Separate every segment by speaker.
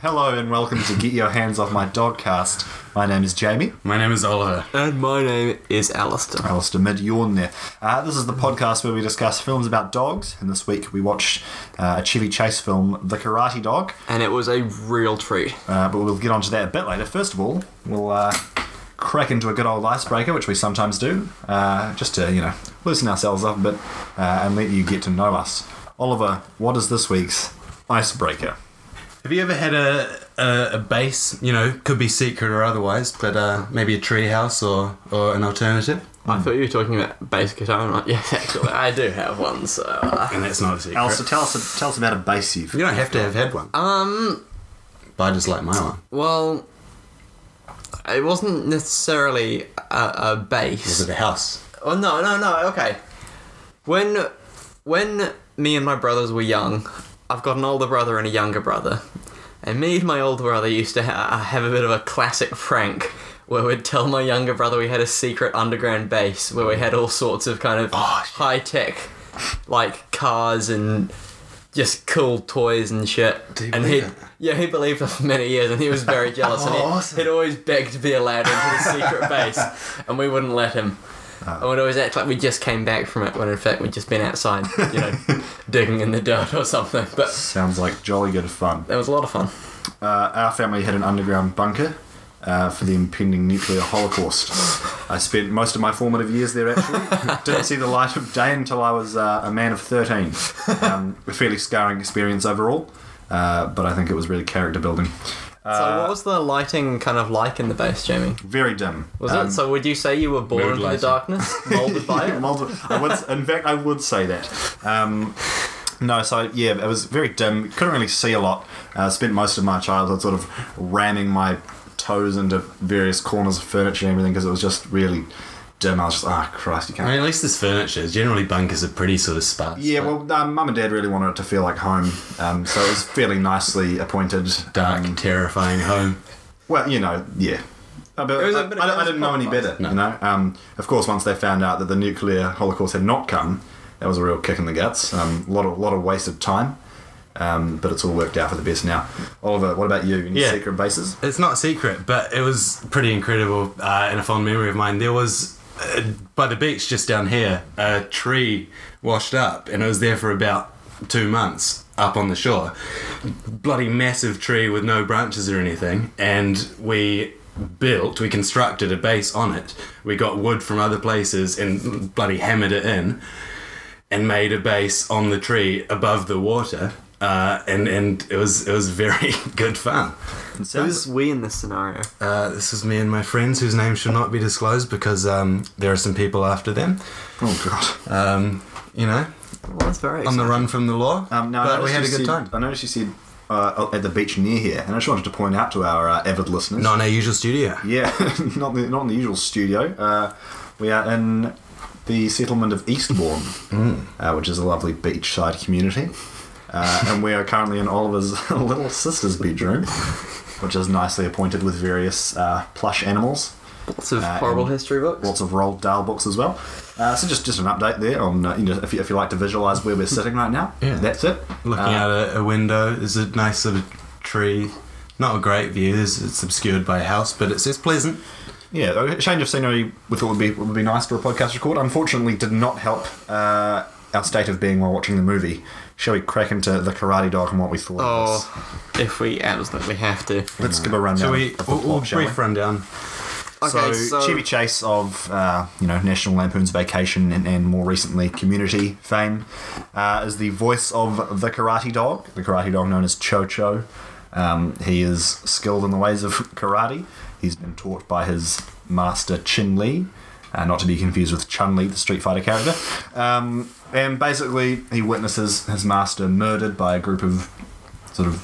Speaker 1: Hello and welcome to Get Your Hands Off My Dogcast. My name is Jamie.
Speaker 2: My name is Oliver.
Speaker 3: And my name is Alistair.
Speaker 1: Alistair Mid, yawn there. Uh, this is the podcast where we discuss films about dogs, and this week we watched uh, a Chevy Chase film, The Karate Dog,
Speaker 3: And it was a real treat.
Speaker 1: uh, but we'll get onto that a bit later. First of all, we'll uh, crack into a good old icebreaker, which we sometimes do, uh, just to, you know, loosen ourselves up a bit uh, and let you get to know us. Oliver, what is this week's icebreaker?
Speaker 2: Have you ever had a, a, a base, you know, could be secret or otherwise, but uh, maybe a treehouse or, or an alternative?
Speaker 3: I thought you were talking about bass guitar. I'm like, yes, actually, I do have one. So, uh,
Speaker 2: And that's not a secret.
Speaker 1: Alistair, tell us, tell us about a base you've
Speaker 2: You don't have to have had one.
Speaker 3: um,
Speaker 2: But I just like my one.
Speaker 3: well, it wasn't necessarily a, a bass.
Speaker 2: Was it a house?
Speaker 3: Oh no, no, no. Okay. When when me and my brothers were young, I've got an older brother and a younger brother, and me and my older brother used to ha- have a bit of a classic prank where we'd tell my younger brother we had a secret underground base where we had all sorts of kind of high tech, like cars and. Just cool toys and shit,
Speaker 2: Do you
Speaker 3: and
Speaker 2: believe
Speaker 3: he
Speaker 2: it?
Speaker 3: yeah he believed us for many years, and he was very jealous, and he,
Speaker 2: Oh, awesome.
Speaker 3: he'd always begged to be allowed into the secret base, and we wouldn't let him.
Speaker 2: Ah.
Speaker 3: I would always act like we just came back from it when in fact we'd just been outside, you know, digging in the dirt or something. But
Speaker 1: Sounds like jolly good fun.
Speaker 3: that was a lot of fun.
Speaker 1: Uh, our family had an underground bunker uh, for the impending nuclear holocaust. I spent most of my formative years there actually. Didn't see the light of day until I was uh, a man of 13. Um, a fairly scarring experience overall, uh, but I think it was really character building.
Speaker 2: Uh,
Speaker 3: so what was the lighting kind of like in the base, Jamie?
Speaker 1: Very dim.
Speaker 3: Was
Speaker 1: Um,
Speaker 3: it? So would you say you were born
Speaker 2: mood
Speaker 3: into
Speaker 2: lighting.
Speaker 3: the darkness, molded by
Speaker 1: Yeah,
Speaker 3: it?
Speaker 1: multiple- I would, in fact, I would say that. Um, no, so yeah, it was very dim. Couldn't really see a lot. Uh, spent most of my childhood sort of ramming my toes into various corners of furniture and everything because it was just really dim. I was just, ah, Christ, you
Speaker 2: I
Speaker 1: can't.
Speaker 2: mean, at least this furniture. Generally, bunkers are pretty sort of sparse.
Speaker 1: Yeah, well, um, mum and dad really wanted it to feel like home, um, so it was fairly nicely appointed.
Speaker 2: Dark,
Speaker 1: Um,
Speaker 2: terrifying home.
Speaker 1: Well, you know, yeah. Uh, But
Speaker 3: was a
Speaker 1: I,
Speaker 3: bit of
Speaker 1: I don't- I
Speaker 3: a
Speaker 1: didn't know any
Speaker 3: compromise.
Speaker 1: better, you know. Um, of course, once they found out that the nuclear holocaust had not come, that was a real kick in the guts. Um, a lot of lot of wasted time, um, but it's all worked out for the best now. Oliver, what about you? Any
Speaker 2: Yeah.
Speaker 1: secret bases?
Speaker 2: It's not a secret, but it was pretty incredible uh, and a fond memory of mine. There was, uh, by the beach just down here, a tree washed up, and it was there for about two months up on the shore. Bloody massive tree with no branches or anything, and we built, we constructed a base on it. We got wood from other places and bloody hammered it in and made a base on the tree above the water. Uh, and and it was it was very good fun.
Speaker 3: Who's we in this scenario?
Speaker 2: Uh, this is me and my friends whose names should not be disclosed because um, there are some people after them.
Speaker 1: Oh God!
Speaker 2: Um, you know,
Speaker 3: Well, that's very
Speaker 2: on the
Speaker 3: exciting.
Speaker 2: run from the law.
Speaker 1: Um, now, I
Speaker 2: but
Speaker 1: noticed
Speaker 2: we had a
Speaker 1: you
Speaker 2: good
Speaker 1: said-
Speaker 2: time.
Speaker 1: I noticed you said uh, at the beach near here, and I just wanted to point out to our uh, avid listeners.
Speaker 2: Not in our usual studio.
Speaker 1: Yeah, not the, not in the usual studio. Uh, we are in the settlement of Eastbourne, uh, which is a lovely beachside community. Uh, and we are currently in Oliver's little sister's bedroom, which is nicely appointed with various uh, plush animals,
Speaker 3: Lots of
Speaker 1: uh,
Speaker 3: horrible
Speaker 1: and
Speaker 3: history books.
Speaker 1: lots of Roald Dahl books as well. Uh, so just, just an update there on uh, you know if you, if you like to visualise where we're sitting right now,
Speaker 2: Yeah.
Speaker 1: that's it.
Speaker 2: Looking
Speaker 1: Uh,
Speaker 2: out a, a window is a nice sort of tree. Not a great view. It's, it's obscured by a house, but it's, it's pleasant.
Speaker 1: Yeah, a change of scenery we thought would be would be nice for a podcast record. Unfortunately, did not help uh, our state of being while watching the movie. Shall we crack into the Karate Dog and what we thought? of
Speaker 3: Oh, if we absolutely have to.
Speaker 1: this? let's give a rundown.
Speaker 2: Shall we?
Speaker 1: of the
Speaker 2: We'll, we'll
Speaker 1: plot, shall
Speaker 2: brief rundown.
Speaker 1: so,
Speaker 3: Okay, so,
Speaker 1: Chevy Chase of uh, you know National Lampoon's Vacation and, and more recently Community fame uh, is the voice of the Karate Dog, the Karate Dog known as Cho Cho. Um, he is skilled in the ways of karate. He's been taught by his master Chin Lee, uh, not to be confused with Chun Li, the Street Fighter character. Um, and basically, he witnesses his master murdered by a group of sort of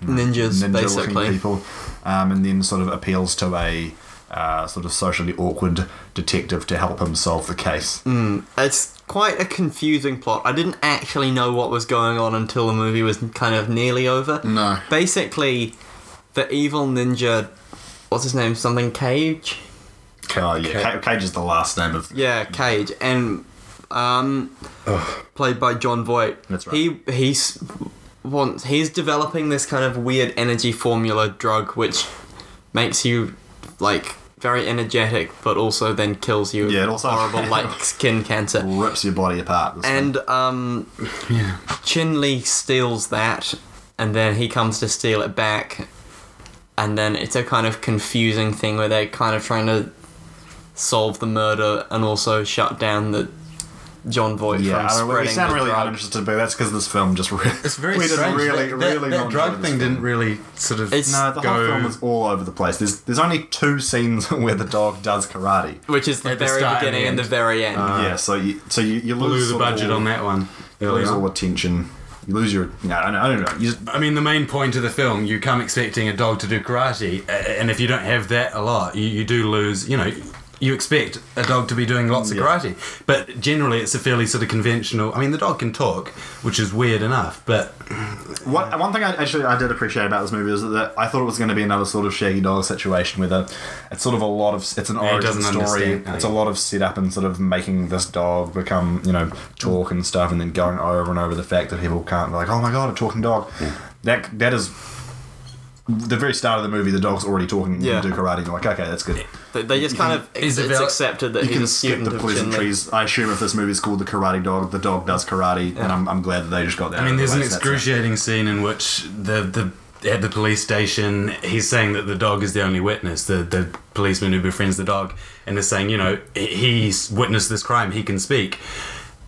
Speaker 3: ninjas,
Speaker 1: ninja-looking
Speaker 3: basically.
Speaker 1: people, um, and then sort of appeals to a uh, sort of socially awkward detective to help him solve the case.
Speaker 3: It's quite a confusing plot. I didn't actually know what was going on until the movie was kind of nearly over.
Speaker 1: No.
Speaker 3: Basically, the evil ninja, what's his name? Something Cage.
Speaker 1: Oh yeah, Ca- Cage is the last name of
Speaker 3: Yeah, Cage, and um, played by John Voight.
Speaker 1: That's right.
Speaker 3: He he's wants he's developing this kind of weird energy formula drug which makes you like very energetic, but also then kills you.
Speaker 1: Yeah, it
Speaker 3: with
Speaker 1: also-
Speaker 3: horrible like skin cancer.
Speaker 1: rips your body apart. This thing.
Speaker 3: And um, Chin Lee steals that, and then he comes to steal it back, and then it's a kind of confusing thing where they're kind of trying to solve the murder and also shut down the John Voight
Speaker 1: yeah, I
Speaker 3: from
Speaker 1: don't know, we
Speaker 3: spreading
Speaker 1: sound
Speaker 3: the
Speaker 1: really
Speaker 3: drug.
Speaker 1: uninterested, but that's because this film just really,
Speaker 2: It's very
Speaker 1: we didn't
Speaker 2: strange.
Speaker 1: really,
Speaker 2: that, that-
Speaker 1: really
Speaker 2: that
Speaker 1: not
Speaker 2: drug
Speaker 1: enjoy this
Speaker 2: thing
Speaker 1: film.
Speaker 2: didn't really sort of.
Speaker 3: It's-
Speaker 1: No, the whole
Speaker 2: go-
Speaker 1: film is all over the place. There's there's only two scenes where the dog does karate.
Speaker 3: Which is the
Speaker 2: At the
Speaker 3: very
Speaker 2: start and
Speaker 3: beginning
Speaker 2: the
Speaker 3: and the
Speaker 2: end.
Speaker 3: very end.
Speaker 1: yeah, so you so you, you
Speaker 2: blew
Speaker 1: lose
Speaker 2: Uh, the
Speaker 1: sort of
Speaker 2: budget
Speaker 1: all,
Speaker 2: on that one.
Speaker 1: You lose
Speaker 2: earlier.
Speaker 1: all attention. You lose your. No, I don't, I don't know. You just,
Speaker 2: I mean, the main point of the film, you come expecting a dog to do karate, a- and if you don't have that a lot, you, you do lose, you know, you expect a dog to be doing lots of
Speaker 1: Yeah.
Speaker 2: karate. But generally, it's a fairly sort of conventional. I mean, the dog can talk, which is weird enough, but
Speaker 1: One, one thing I actually I did appreciate about this movie is that I thought it was going to be another sort of Shaggy Dog situation where the, it's sort of a lot of it's an
Speaker 2: he
Speaker 1: origin
Speaker 2: doesn't
Speaker 1: story.
Speaker 2: understand, no,
Speaker 1: It's a
Speaker 2: yeah.
Speaker 1: lot of setup and sort of making this dog become you know talk and stuff, and then going over and over the fact that people can't be like, oh my god, a talking dog. That that is the very start of the movie. The dog's already talking
Speaker 3: Yeah.
Speaker 1: and do karate. And you're like, okay, that's good.
Speaker 3: They, they just kind of it's,
Speaker 2: Is it
Speaker 3: it's
Speaker 2: about-
Speaker 3: accepted that
Speaker 1: You
Speaker 3: he's
Speaker 1: can
Speaker 3: a
Speaker 1: skip
Speaker 3: student
Speaker 1: the
Speaker 3: of Chin Lee.
Speaker 1: pleasantries. I assume if this movie's called The Karate Dog, the dog does karate, and I'm, I'm glad that they just got that.
Speaker 2: I mean, there's an
Speaker 1: excruciating.
Speaker 2: excruciating scene in which the the at the police station, he's saying that the dog is the only witness, the the policeman who befriends the dog, and is saying, you know, he- he's witnessed this crime, he can speak,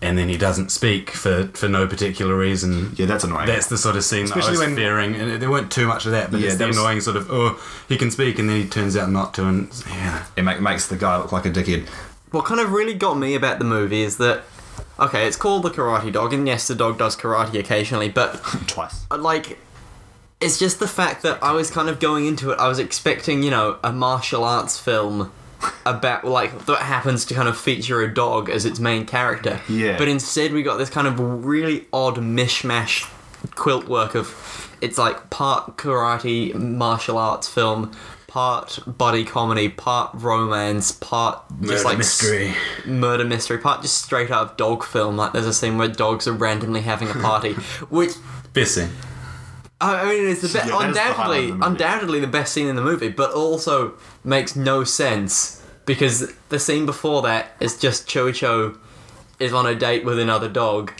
Speaker 2: and then he doesn't speak for for no particular reason.
Speaker 1: Yeah, that's annoying.
Speaker 2: That's the sort of scene
Speaker 1: Especially
Speaker 2: that I was
Speaker 1: when-
Speaker 2: fearing, and there weren't too much of that, but
Speaker 1: Yeah,
Speaker 2: it's
Speaker 1: that
Speaker 2: the
Speaker 1: was-
Speaker 2: annoying sort of oh, he can speak, and then he turns out not to, and yeah,
Speaker 1: it make, makes the guy look like a dickhead.
Speaker 3: What kind of really got me about the movie is that okay, it's called the Karate Dog, and yes, the dog does karate occasionally, but
Speaker 1: Twice.
Speaker 3: uh, like it's just the fact that I was kind of going into it, I was expecting you know a martial arts film about like that happens to kind of feature a dog as its main character.
Speaker 1: Yeah.
Speaker 3: But instead, we got this kind of really odd mishmash quilt work of it's like part karate martial arts film. Part buddy comedy, part romance, part just like s- murder mystery part, just straight up dog film. Like there's a scene where dogs are randomly having a party, which
Speaker 2: best scene.
Speaker 3: I I mean, it's the best,
Speaker 1: Yeah, that is the highlight
Speaker 3: undoubtedly,
Speaker 1: of the movie.
Speaker 3: undoubtedly the best scene in the movie, but also makes no sense because the scene before that is just Chocho is on a date with another dog,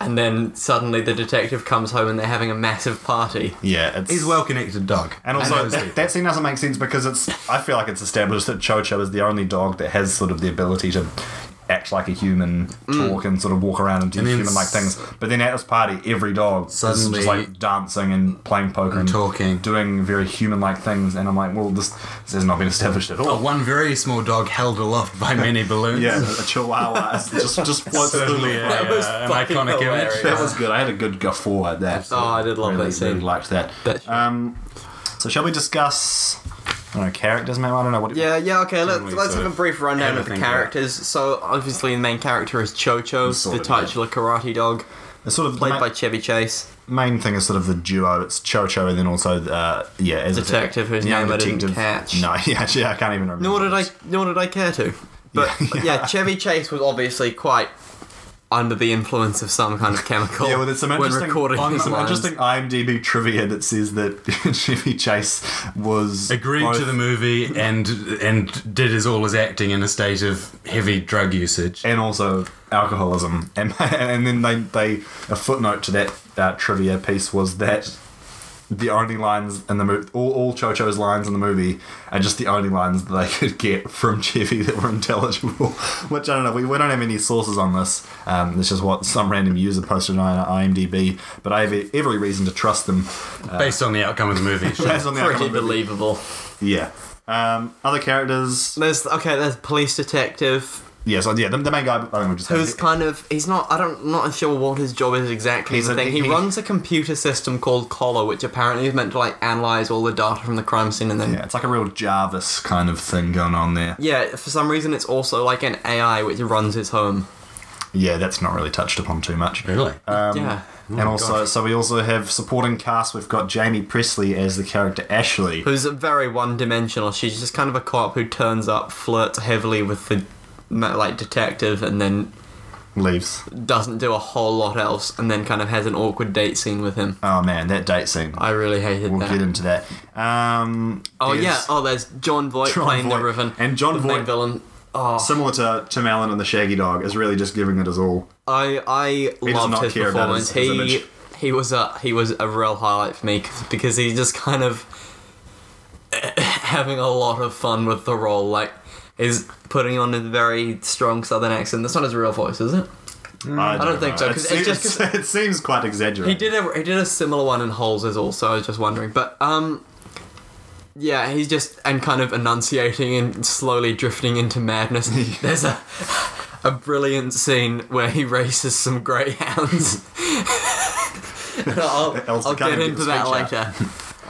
Speaker 3: and then suddenly the detective comes home and they're having a massive party.
Speaker 1: Yeah, it's
Speaker 2: He's a well-connected dog,
Speaker 1: And also,
Speaker 2: knows people.
Speaker 1: that, that scene doesn't make sense because it's. I feel like it's established that Chocho is the only dog that has sort of the ability to act like a human, talk, and sort of walk around and do
Speaker 2: Mm. And then
Speaker 1: human-like
Speaker 2: s-
Speaker 1: things. But then at this party, every dog
Speaker 2: Suddenly-
Speaker 1: is just like dancing and playing poker and,
Speaker 2: talking.
Speaker 1: doing very human-like things. And I'm like, well, this, this has not been established at all.
Speaker 2: Oh, one very small dog held aloft by many balloons.
Speaker 1: Yeah, a chihuahua is just just floats through the
Speaker 2: Certainly,
Speaker 1: floor.
Speaker 2: a,
Speaker 3: That was
Speaker 2: uh, an
Speaker 3: fucking
Speaker 2: iconic
Speaker 3: hilarious.
Speaker 2: image.
Speaker 1: That was good. I had a good guffaw at that.
Speaker 3: Oh, I did love
Speaker 1: really,
Speaker 3: that scene.
Speaker 1: Really liked that.
Speaker 3: That-
Speaker 1: Um, so shall we discuss? I don't know characters, maybe. I don't know what.
Speaker 3: Yeah, yeah, okay, let,
Speaker 2: Generally
Speaker 3: let's
Speaker 2: sort
Speaker 3: have a
Speaker 2: of
Speaker 3: brief rundown
Speaker 2: have a
Speaker 3: of the
Speaker 2: think about it.
Speaker 3: characters. So, obviously, the main character is Chocho,
Speaker 1: sort
Speaker 3: the
Speaker 1: of, yeah.
Speaker 3: titular karate dog,
Speaker 1: It's sort of
Speaker 3: played
Speaker 1: the ma-
Speaker 3: by Chevy Chase.
Speaker 1: main thing is sort of the duo. It's Cho Cho, and then also uh, yeah, as I said,
Speaker 3: Detective whose
Speaker 1: young
Speaker 3: name I didn't catch.
Speaker 1: No, yeah, actually, I can't even remember.
Speaker 3: Nor did I. Nor did I care to. But yeah, Chevy Chase was obviously quite under the influence of some kind of chemical.
Speaker 1: Yeah, well, there's some
Speaker 3: when
Speaker 1: interesting,
Speaker 3: recording
Speaker 1: on-
Speaker 3: these
Speaker 1: some
Speaker 3: lines.
Speaker 1: interesting IMDb trivia that says that Chevy Chase was
Speaker 2: agreed
Speaker 1: both-
Speaker 2: to the movie and and did his all his acting in a state of heavy drug usage.
Speaker 1: and also alcoholism. And and then they they a footnote to that uh, trivia piece was that the only lines in the movie, all, all Cho Cho's lines in the movie, are just the only lines that they could get from Chevy that were intelligible. Which I don't know. We, we don't have any sources on this. Um, this is what some random user posted on uh, IMDb. But I have e, every reason to trust them.
Speaker 2: based on the outcome of the movie. sure.
Speaker 1: Based on the outcome
Speaker 3: pretty
Speaker 1: of the movie.
Speaker 3: believable.
Speaker 1: Yeah. Um, other characters.
Speaker 3: There's okay. There's police detective
Speaker 1: Yeah. So yeah, the, the main guy. I think we just
Speaker 3: who's kind of he's not. I don't not sure what his job is exactly.
Speaker 1: He's
Speaker 3: the
Speaker 1: a-
Speaker 3: thing. He,
Speaker 1: he-
Speaker 3: runs a computer system called Collar, which apparently is meant to like analyze all the data from the crime scene and then.
Speaker 1: yeah, it's like a real Jarvis kind of thing going on there.
Speaker 3: Yeah, for some reason it's also like an AI which runs his home.
Speaker 1: Yeah, that's not really touched upon too much.
Speaker 2: Really?
Speaker 1: Um,
Speaker 3: yeah.
Speaker 1: and also, so we also have supporting cast. We've got Jamie Presley as the character Ashley.
Speaker 3: who's very one-dimensional. She's just kind of a cop who turns up, flirts heavily with the ma- like detective, and then
Speaker 1: leaves.
Speaker 3: doesn't do a whole lot else, and then kind of has an awkward date scene with him.
Speaker 1: Oh man, that date scene.
Speaker 3: I really hated
Speaker 1: We'll
Speaker 3: that.
Speaker 1: get into that. Um,
Speaker 3: oh
Speaker 1: there's
Speaker 3: yeah. Oh, there's John Voight
Speaker 1: John
Speaker 3: playing
Speaker 1: Voight.
Speaker 3: the Riven
Speaker 1: And John
Speaker 3: the
Speaker 1: Voight-
Speaker 3: main villain. Oh,
Speaker 1: similar to Tim Allen and the Shaggy Dog, is really just giving it his all.
Speaker 3: I I
Speaker 1: does
Speaker 3: loved
Speaker 1: not
Speaker 3: his
Speaker 1: care about
Speaker 3: performance.
Speaker 1: his- his
Speaker 3: he
Speaker 1: image.
Speaker 3: he was a he was a real highlight for me 'cause- because he just kind of having a lot of fun with the role. Like, he's putting on a very strong Southern accent. That's not his real voice, is it?
Speaker 1: I,
Speaker 3: Mm. don't think so,
Speaker 1: know. It
Speaker 3: 'cause
Speaker 1: seems,
Speaker 3: it's just-
Speaker 1: it seems quite exaggerated.
Speaker 3: He did a he did a similar one in Holes is also. I was just wondering, but um, yeah, he's just and kind of enunciating and slowly drifting into madness. There's a a brilliant scene where he races some greyhounds. I'll,
Speaker 1: Elsa
Speaker 3: I'll
Speaker 1: can't
Speaker 3: get
Speaker 1: even
Speaker 3: into
Speaker 1: speak
Speaker 3: that
Speaker 1: out.
Speaker 3: later.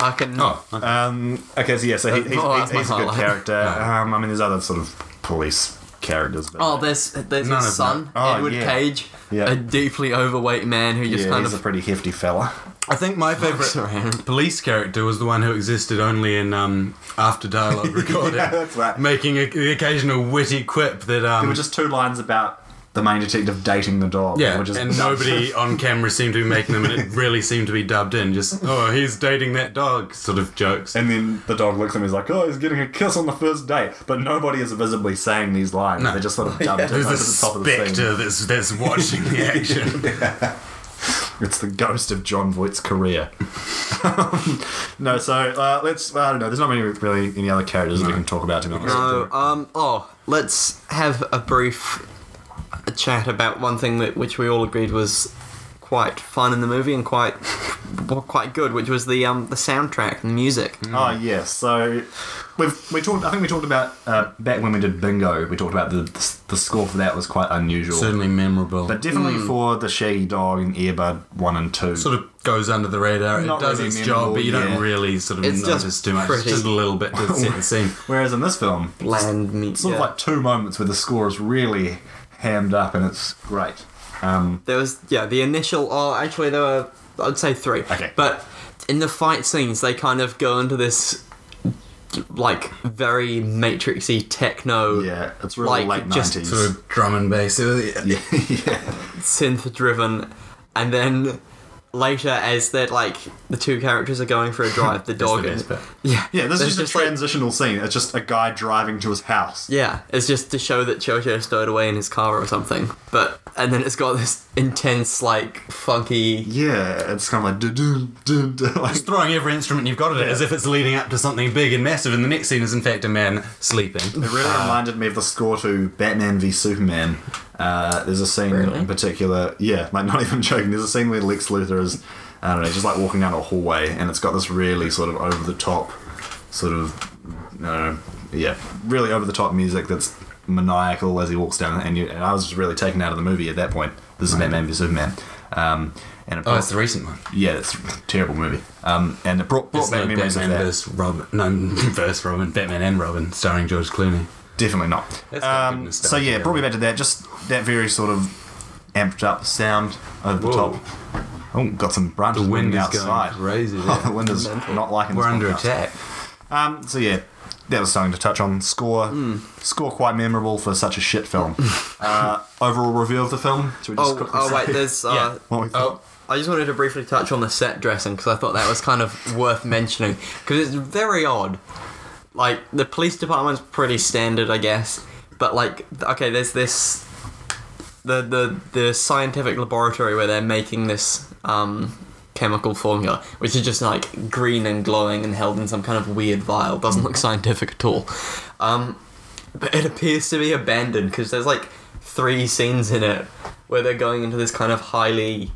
Speaker 3: I can.
Speaker 2: Oh,
Speaker 1: Um, okay, so yeah, so he, he's,
Speaker 3: Oh,
Speaker 1: he's,
Speaker 3: that's my
Speaker 1: he's a good
Speaker 3: highlight.
Speaker 1: character. Um, I mean, there's other sort of police characters. But
Speaker 3: Oh, there's there's
Speaker 2: None
Speaker 3: his
Speaker 2: of
Speaker 3: son,
Speaker 1: that. Oh,
Speaker 3: Edward
Speaker 1: yeah.
Speaker 3: Cage,
Speaker 1: Yeah.
Speaker 3: a deeply overweight man who just
Speaker 1: yeah,
Speaker 3: kind
Speaker 1: he's
Speaker 3: of.
Speaker 1: a pretty hefty fella.
Speaker 2: I think my favorite
Speaker 3: Sorry, Aaron.
Speaker 2: police character was the one who existed only in um, after dialogue recording,
Speaker 1: Yeah, that's right.
Speaker 2: making a, the occasional witty quip that um,
Speaker 1: There were just two lines about the main detective dating the dog.
Speaker 2: yeah,
Speaker 1: which is
Speaker 2: and nobody on camera seemed to be making them, and it really seemed to be dubbed in. Just oh, he's dating that dog, sort of jokes.
Speaker 1: And then the dog looks at him and is like, oh, he's getting a kiss on the first date. But nobody is visibly saying these lines. They're just sort of dubbed it
Speaker 2: There's
Speaker 1: over
Speaker 2: a
Speaker 1: the top of the scene.
Speaker 2: spectre that's that's watching the action.
Speaker 1: It's the ghost of John Voight's career. no, so uh, let's. I don't know. There's not many really any other characters that we can talk about to be honest.
Speaker 3: No, um, oh, let's have a brief chat about one thing that which we all agreed was quite fun in the movie and quite well, quite good, which was the um the soundtrack and the music.
Speaker 1: Oh yes. So we've we talked. I think we talked about uh, back when we did Bingo. We talked about the the, the score for that was quite unusual.
Speaker 2: Certainly memorable.
Speaker 1: but definitely
Speaker 3: Hmm.
Speaker 1: for the Shaggy Dog and Earbud one and two.
Speaker 2: sort of goes under the radar. It
Speaker 1: Not
Speaker 2: does
Speaker 1: really
Speaker 2: its
Speaker 1: memorable,
Speaker 2: job, but you
Speaker 1: yeah.
Speaker 2: don't really sort of
Speaker 3: It's
Speaker 2: notice
Speaker 3: just
Speaker 2: too much.
Speaker 3: pretty.
Speaker 2: It's just a little bit to set the scene.
Speaker 1: Whereas in this film,
Speaker 3: Bland me-
Speaker 1: sort
Speaker 3: yeah.
Speaker 1: of like two moments where the score is really hammed up and it's great. Um,
Speaker 3: there was yeah the initial. Oh, actually there were I'd say three.
Speaker 1: Okay.
Speaker 3: but in the fight scenes they kind of go into this like very matrixy techno
Speaker 1: yeah, it's really
Speaker 3: Like,
Speaker 1: late
Speaker 3: just
Speaker 1: nineties.
Speaker 2: Sort of drum and bass. It was-
Speaker 1: yeah, yeah.
Speaker 3: synth driven and then later as that like the two characters are going for a drive the dog
Speaker 2: the best bit.
Speaker 3: yeah
Speaker 1: Yeah, this
Speaker 3: there's
Speaker 1: is just a
Speaker 3: like-
Speaker 1: transitional scene. It's just a guy driving to his house.
Speaker 3: yeah it's just to show that Chocho stowed away in his car or something but and then it's got this intense like funky
Speaker 1: Yeah, it's kind of like dun dun dun dun. Like,
Speaker 2: Just throwing every instrument you've got at it as if it's leading up to something big and massive, and the next scene is in fact a man sleeping.
Speaker 1: It really reminded me of the score to Batman v Superman. Uh, there's a scene
Speaker 3: Really?
Speaker 1: in particular, yeah, like not even joking. There's a scene where Lex Luthor is, I don't know, just like walking down a hallway, and it's got this really sort of over the top, sort of, uh, yeah, really over the top music that's maniacal as he walks down. And, you, and I was just really taken out of the movie at that point. This is Batman v Superman. Um, and it
Speaker 2: Oh,
Speaker 1: brought,
Speaker 2: it's the recent one.
Speaker 1: yeah, it's a terrible movie. Um, and it brought, brought
Speaker 2: It's
Speaker 1: back
Speaker 2: no
Speaker 1: memories
Speaker 2: Batman
Speaker 1: of that.
Speaker 2: versus Robin. No, versus Robin. Batman and Robin, starring George Clooney.
Speaker 1: Definitely not.
Speaker 2: That's not
Speaker 1: um,
Speaker 2: goodness,
Speaker 1: so
Speaker 2: though,
Speaker 1: yeah,
Speaker 2: yeah.
Speaker 1: brought me back to that. Just that very sort of amped up sound over
Speaker 2: Whoa.
Speaker 1: the top. Oh, got some branches
Speaker 2: The wind
Speaker 1: winding
Speaker 2: is
Speaker 1: outside.
Speaker 2: going crazy.
Speaker 1: Oh, the
Speaker 2: yeah.
Speaker 1: wind is not liking.
Speaker 2: We're
Speaker 1: this
Speaker 2: under
Speaker 1: podcast.
Speaker 2: attack.
Speaker 1: Um, so yeah, that was something to touch on. Score,
Speaker 2: Hmm.
Speaker 1: score quite memorable for such a shit film. uh, overall review of the film. Should we just
Speaker 3: oh,
Speaker 1: quickly
Speaker 3: oh
Speaker 1: say
Speaker 3: wait there's uh,
Speaker 1: what we
Speaker 2: Oh,
Speaker 1: thought?
Speaker 3: I just wanted to briefly touch on the set dressing because I thought that was kind of worth mentioning because it's very odd. Like the police department's pretty standard, I guess, but like okay, there's this the the the scientific laboratory where they're making this um, chemical formula, which is just like green and glowing and held in some kind of weird vial. Doesn't look scientific at all. Um, but it appears to be abandoned because there's like three scenes in it where they're going into this kind of highly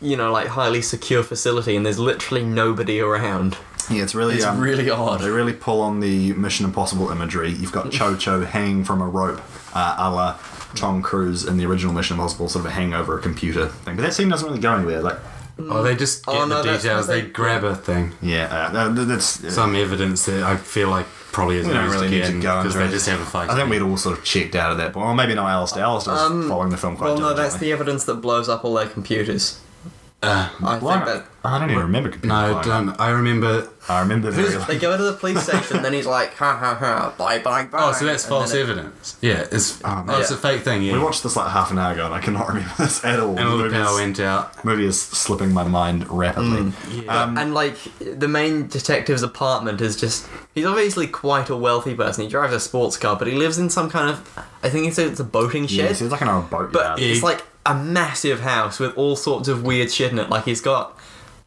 Speaker 3: you know like highly secure facility and there's literally nobody around
Speaker 1: Yeah, it's really
Speaker 3: it's
Speaker 1: um,
Speaker 3: really odd
Speaker 1: They really pull on the Mission Impossible imagery. You've got Cho Cho hanging from a rope, uh, a la Tom Cruise in the original Mission Impossible, sort of a hang over a computer thing. But that scene doesn't really go anywhere. Like,
Speaker 2: oh, they just get
Speaker 3: Oh, no,
Speaker 2: the
Speaker 3: that's
Speaker 2: details.
Speaker 3: what
Speaker 2: They
Speaker 3: they-
Speaker 2: grab a thing.
Speaker 1: yeah, uh, th- that's. uh,
Speaker 2: Some evidence that I feel like probably isn't
Speaker 1: we don't
Speaker 2: used
Speaker 1: really need
Speaker 2: again
Speaker 1: to go
Speaker 2: because
Speaker 1: into
Speaker 2: they
Speaker 1: it.
Speaker 2: just have a fight.
Speaker 1: I think we'd all sort of checked out at that point. Well, maybe not Alistair. Alistair was
Speaker 3: Um,
Speaker 1: following the film quite
Speaker 3: well no that's
Speaker 1: diligently.
Speaker 3: the evidence that blows up all their computers
Speaker 2: Uh,
Speaker 3: I
Speaker 1: Why
Speaker 3: think that.
Speaker 1: not? I don't even remember computer
Speaker 2: No, I
Speaker 1: climber.
Speaker 2: don't. I remember.
Speaker 1: I remember very
Speaker 3: They
Speaker 1: like,
Speaker 3: go to the police station, then he's like, ha ha ha, bye bye bye.
Speaker 2: Oh, so that's
Speaker 3: and
Speaker 2: false
Speaker 3: then it-
Speaker 2: evidence. Yeah, it's oh, it's a
Speaker 3: Yeah.
Speaker 2: fake thing.
Speaker 1: we
Speaker 2: Yeah,
Speaker 1: watched this like half an hour ago, and I cannot remember this at all.
Speaker 2: and all the
Speaker 1: movie,
Speaker 2: power
Speaker 1: is,
Speaker 2: went out.
Speaker 1: movie is slipping my mind rapidly.
Speaker 3: Mm,
Speaker 1: Um,
Speaker 3: and like the main detective's apartment is just he's obviously quite a wealthy person he drives a sports car but he lives in some kind of i think he said it's a boating
Speaker 1: yeah,
Speaker 3: shed
Speaker 1: so it's like an old boat.
Speaker 3: but
Speaker 2: Yeah.
Speaker 3: it's like a massive house with all sorts of weird shit in it like he's got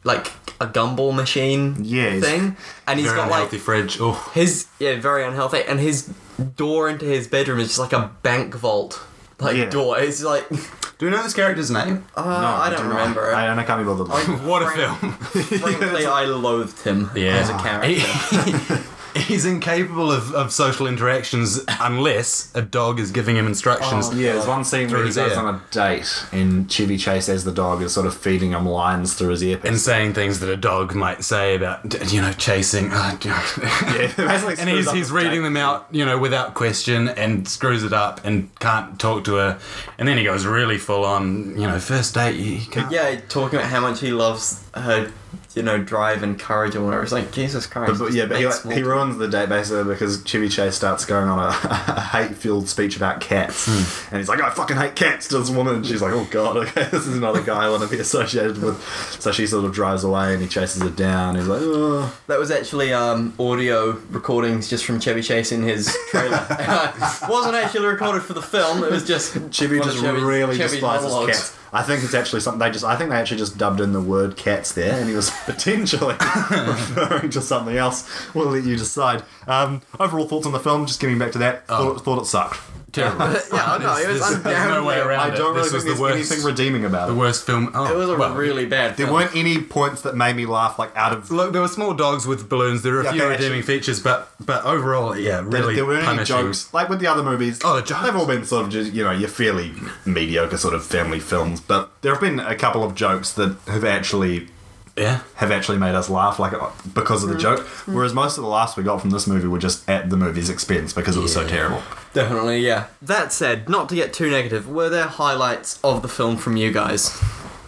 Speaker 3: like a gumball machine
Speaker 1: Yeah, he's-
Speaker 3: thing and he's
Speaker 2: Very
Speaker 3: got like
Speaker 2: unhealthy fridge. Oh,
Speaker 3: his yeah very unhealthy and his door into his bedroom is just like a bank vault like
Speaker 1: Yeah.
Speaker 3: door it's like uh,
Speaker 2: do we know this character's name?
Speaker 3: i don't
Speaker 1: do not.
Speaker 3: remember
Speaker 1: I, uh, and I can't be bothered.
Speaker 3: I-
Speaker 2: What a
Speaker 3: Frank-
Speaker 2: film!
Speaker 3: frankly i loathed him
Speaker 2: Yeah.
Speaker 3: as a character
Speaker 2: He- he's incapable of, of social interactions unless a dog is giving him instructions.
Speaker 3: Oh,
Speaker 1: Yeah, there's one scene where
Speaker 2: Through
Speaker 1: he
Speaker 2: his
Speaker 1: goes
Speaker 2: ear.
Speaker 1: on a date, and Chevy Chase, as the dog, is sort of feeding him lines through his earpiece.
Speaker 2: And saying things that a dog might say about, d- you know, chasing. Uh,
Speaker 1: Yeah, basically
Speaker 2: and
Speaker 1: screws
Speaker 2: he's,
Speaker 1: up
Speaker 2: he's
Speaker 1: the
Speaker 2: reading
Speaker 1: date.
Speaker 2: them out, you know, without question and screws it up and can't talk to her. And then he goes really full on, you know, first date, you, you can't.
Speaker 3: Yeah, talking about how much he loves her, you know, drive and courage and whatever. It's like Jesus Christ.
Speaker 1: But, but yeah, but he,
Speaker 3: Makes
Speaker 1: like, he
Speaker 3: more-
Speaker 1: ruins the date basically because Chevy Chase starts going on a, a hate-filled speech about cats,
Speaker 2: Hmm.
Speaker 1: and he's like, "I fucking hate cats." To this woman, and she's like, "Oh God, okay, this is another guy I want to be associated with." So she sort of drives away, and he chases her down. He's like, "Oh,
Speaker 3: that was actually um, audio recordings just from Chevy Chase in his trailer. wasn't actually recorded for the film. It was just
Speaker 1: Chevy
Speaker 3: one of
Speaker 1: just
Speaker 3: Chevy's-
Speaker 1: really
Speaker 3: Chevy's
Speaker 1: despises
Speaker 3: monologues.
Speaker 1: cats. I think it's actually something they just. I think they actually just dubbed in the word cats there, and he was potentially referring to something else. We'll let you decide. Um, overall thoughts on the film? Just getting back to that.
Speaker 2: Oh.
Speaker 1: Thought, thought it sucked.
Speaker 2: Terrible.
Speaker 3: Yeah, I know. It was
Speaker 2: There's- there's no way
Speaker 3: undoubtedly-
Speaker 2: around
Speaker 1: I
Speaker 2: it.
Speaker 1: don't really
Speaker 2: This
Speaker 1: think
Speaker 2: was the
Speaker 1: there's
Speaker 2: worst,
Speaker 1: anything redeeming about
Speaker 2: the
Speaker 1: it.
Speaker 2: worst film. Oh,
Speaker 3: It was a
Speaker 2: well,
Speaker 3: really bad.
Speaker 1: There
Speaker 3: film.
Speaker 1: weren't any points that made me laugh, like out of.
Speaker 2: Look, there were small dogs with balloons. There were a
Speaker 1: Yeah,
Speaker 2: few
Speaker 1: okay,
Speaker 2: redeeming features, but but overall, yeah,
Speaker 1: There,
Speaker 2: really
Speaker 1: there weren't
Speaker 2: punishing.
Speaker 1: any jokes like with the other movies.
Speaker 2: Oh, the jokes.
Speaker 1: They've all been sort of just you know your fairly mediocre sort of family films, but there have been a couple of jokes that have actually
Speaker 2: Yeah,
Speaker 1: have actually made us laugh, like because
Speaker 3: Mm.
Speaker 1: of the joke. Whereas most of the laughs we got from this movie were just at the movie's expense because it was so
Speaker 2: Yeah.
Speaker 1: terrible.
Speaker 3: Definitely, yeah. That said, not to get too negative, were there highlights of the film from you guys?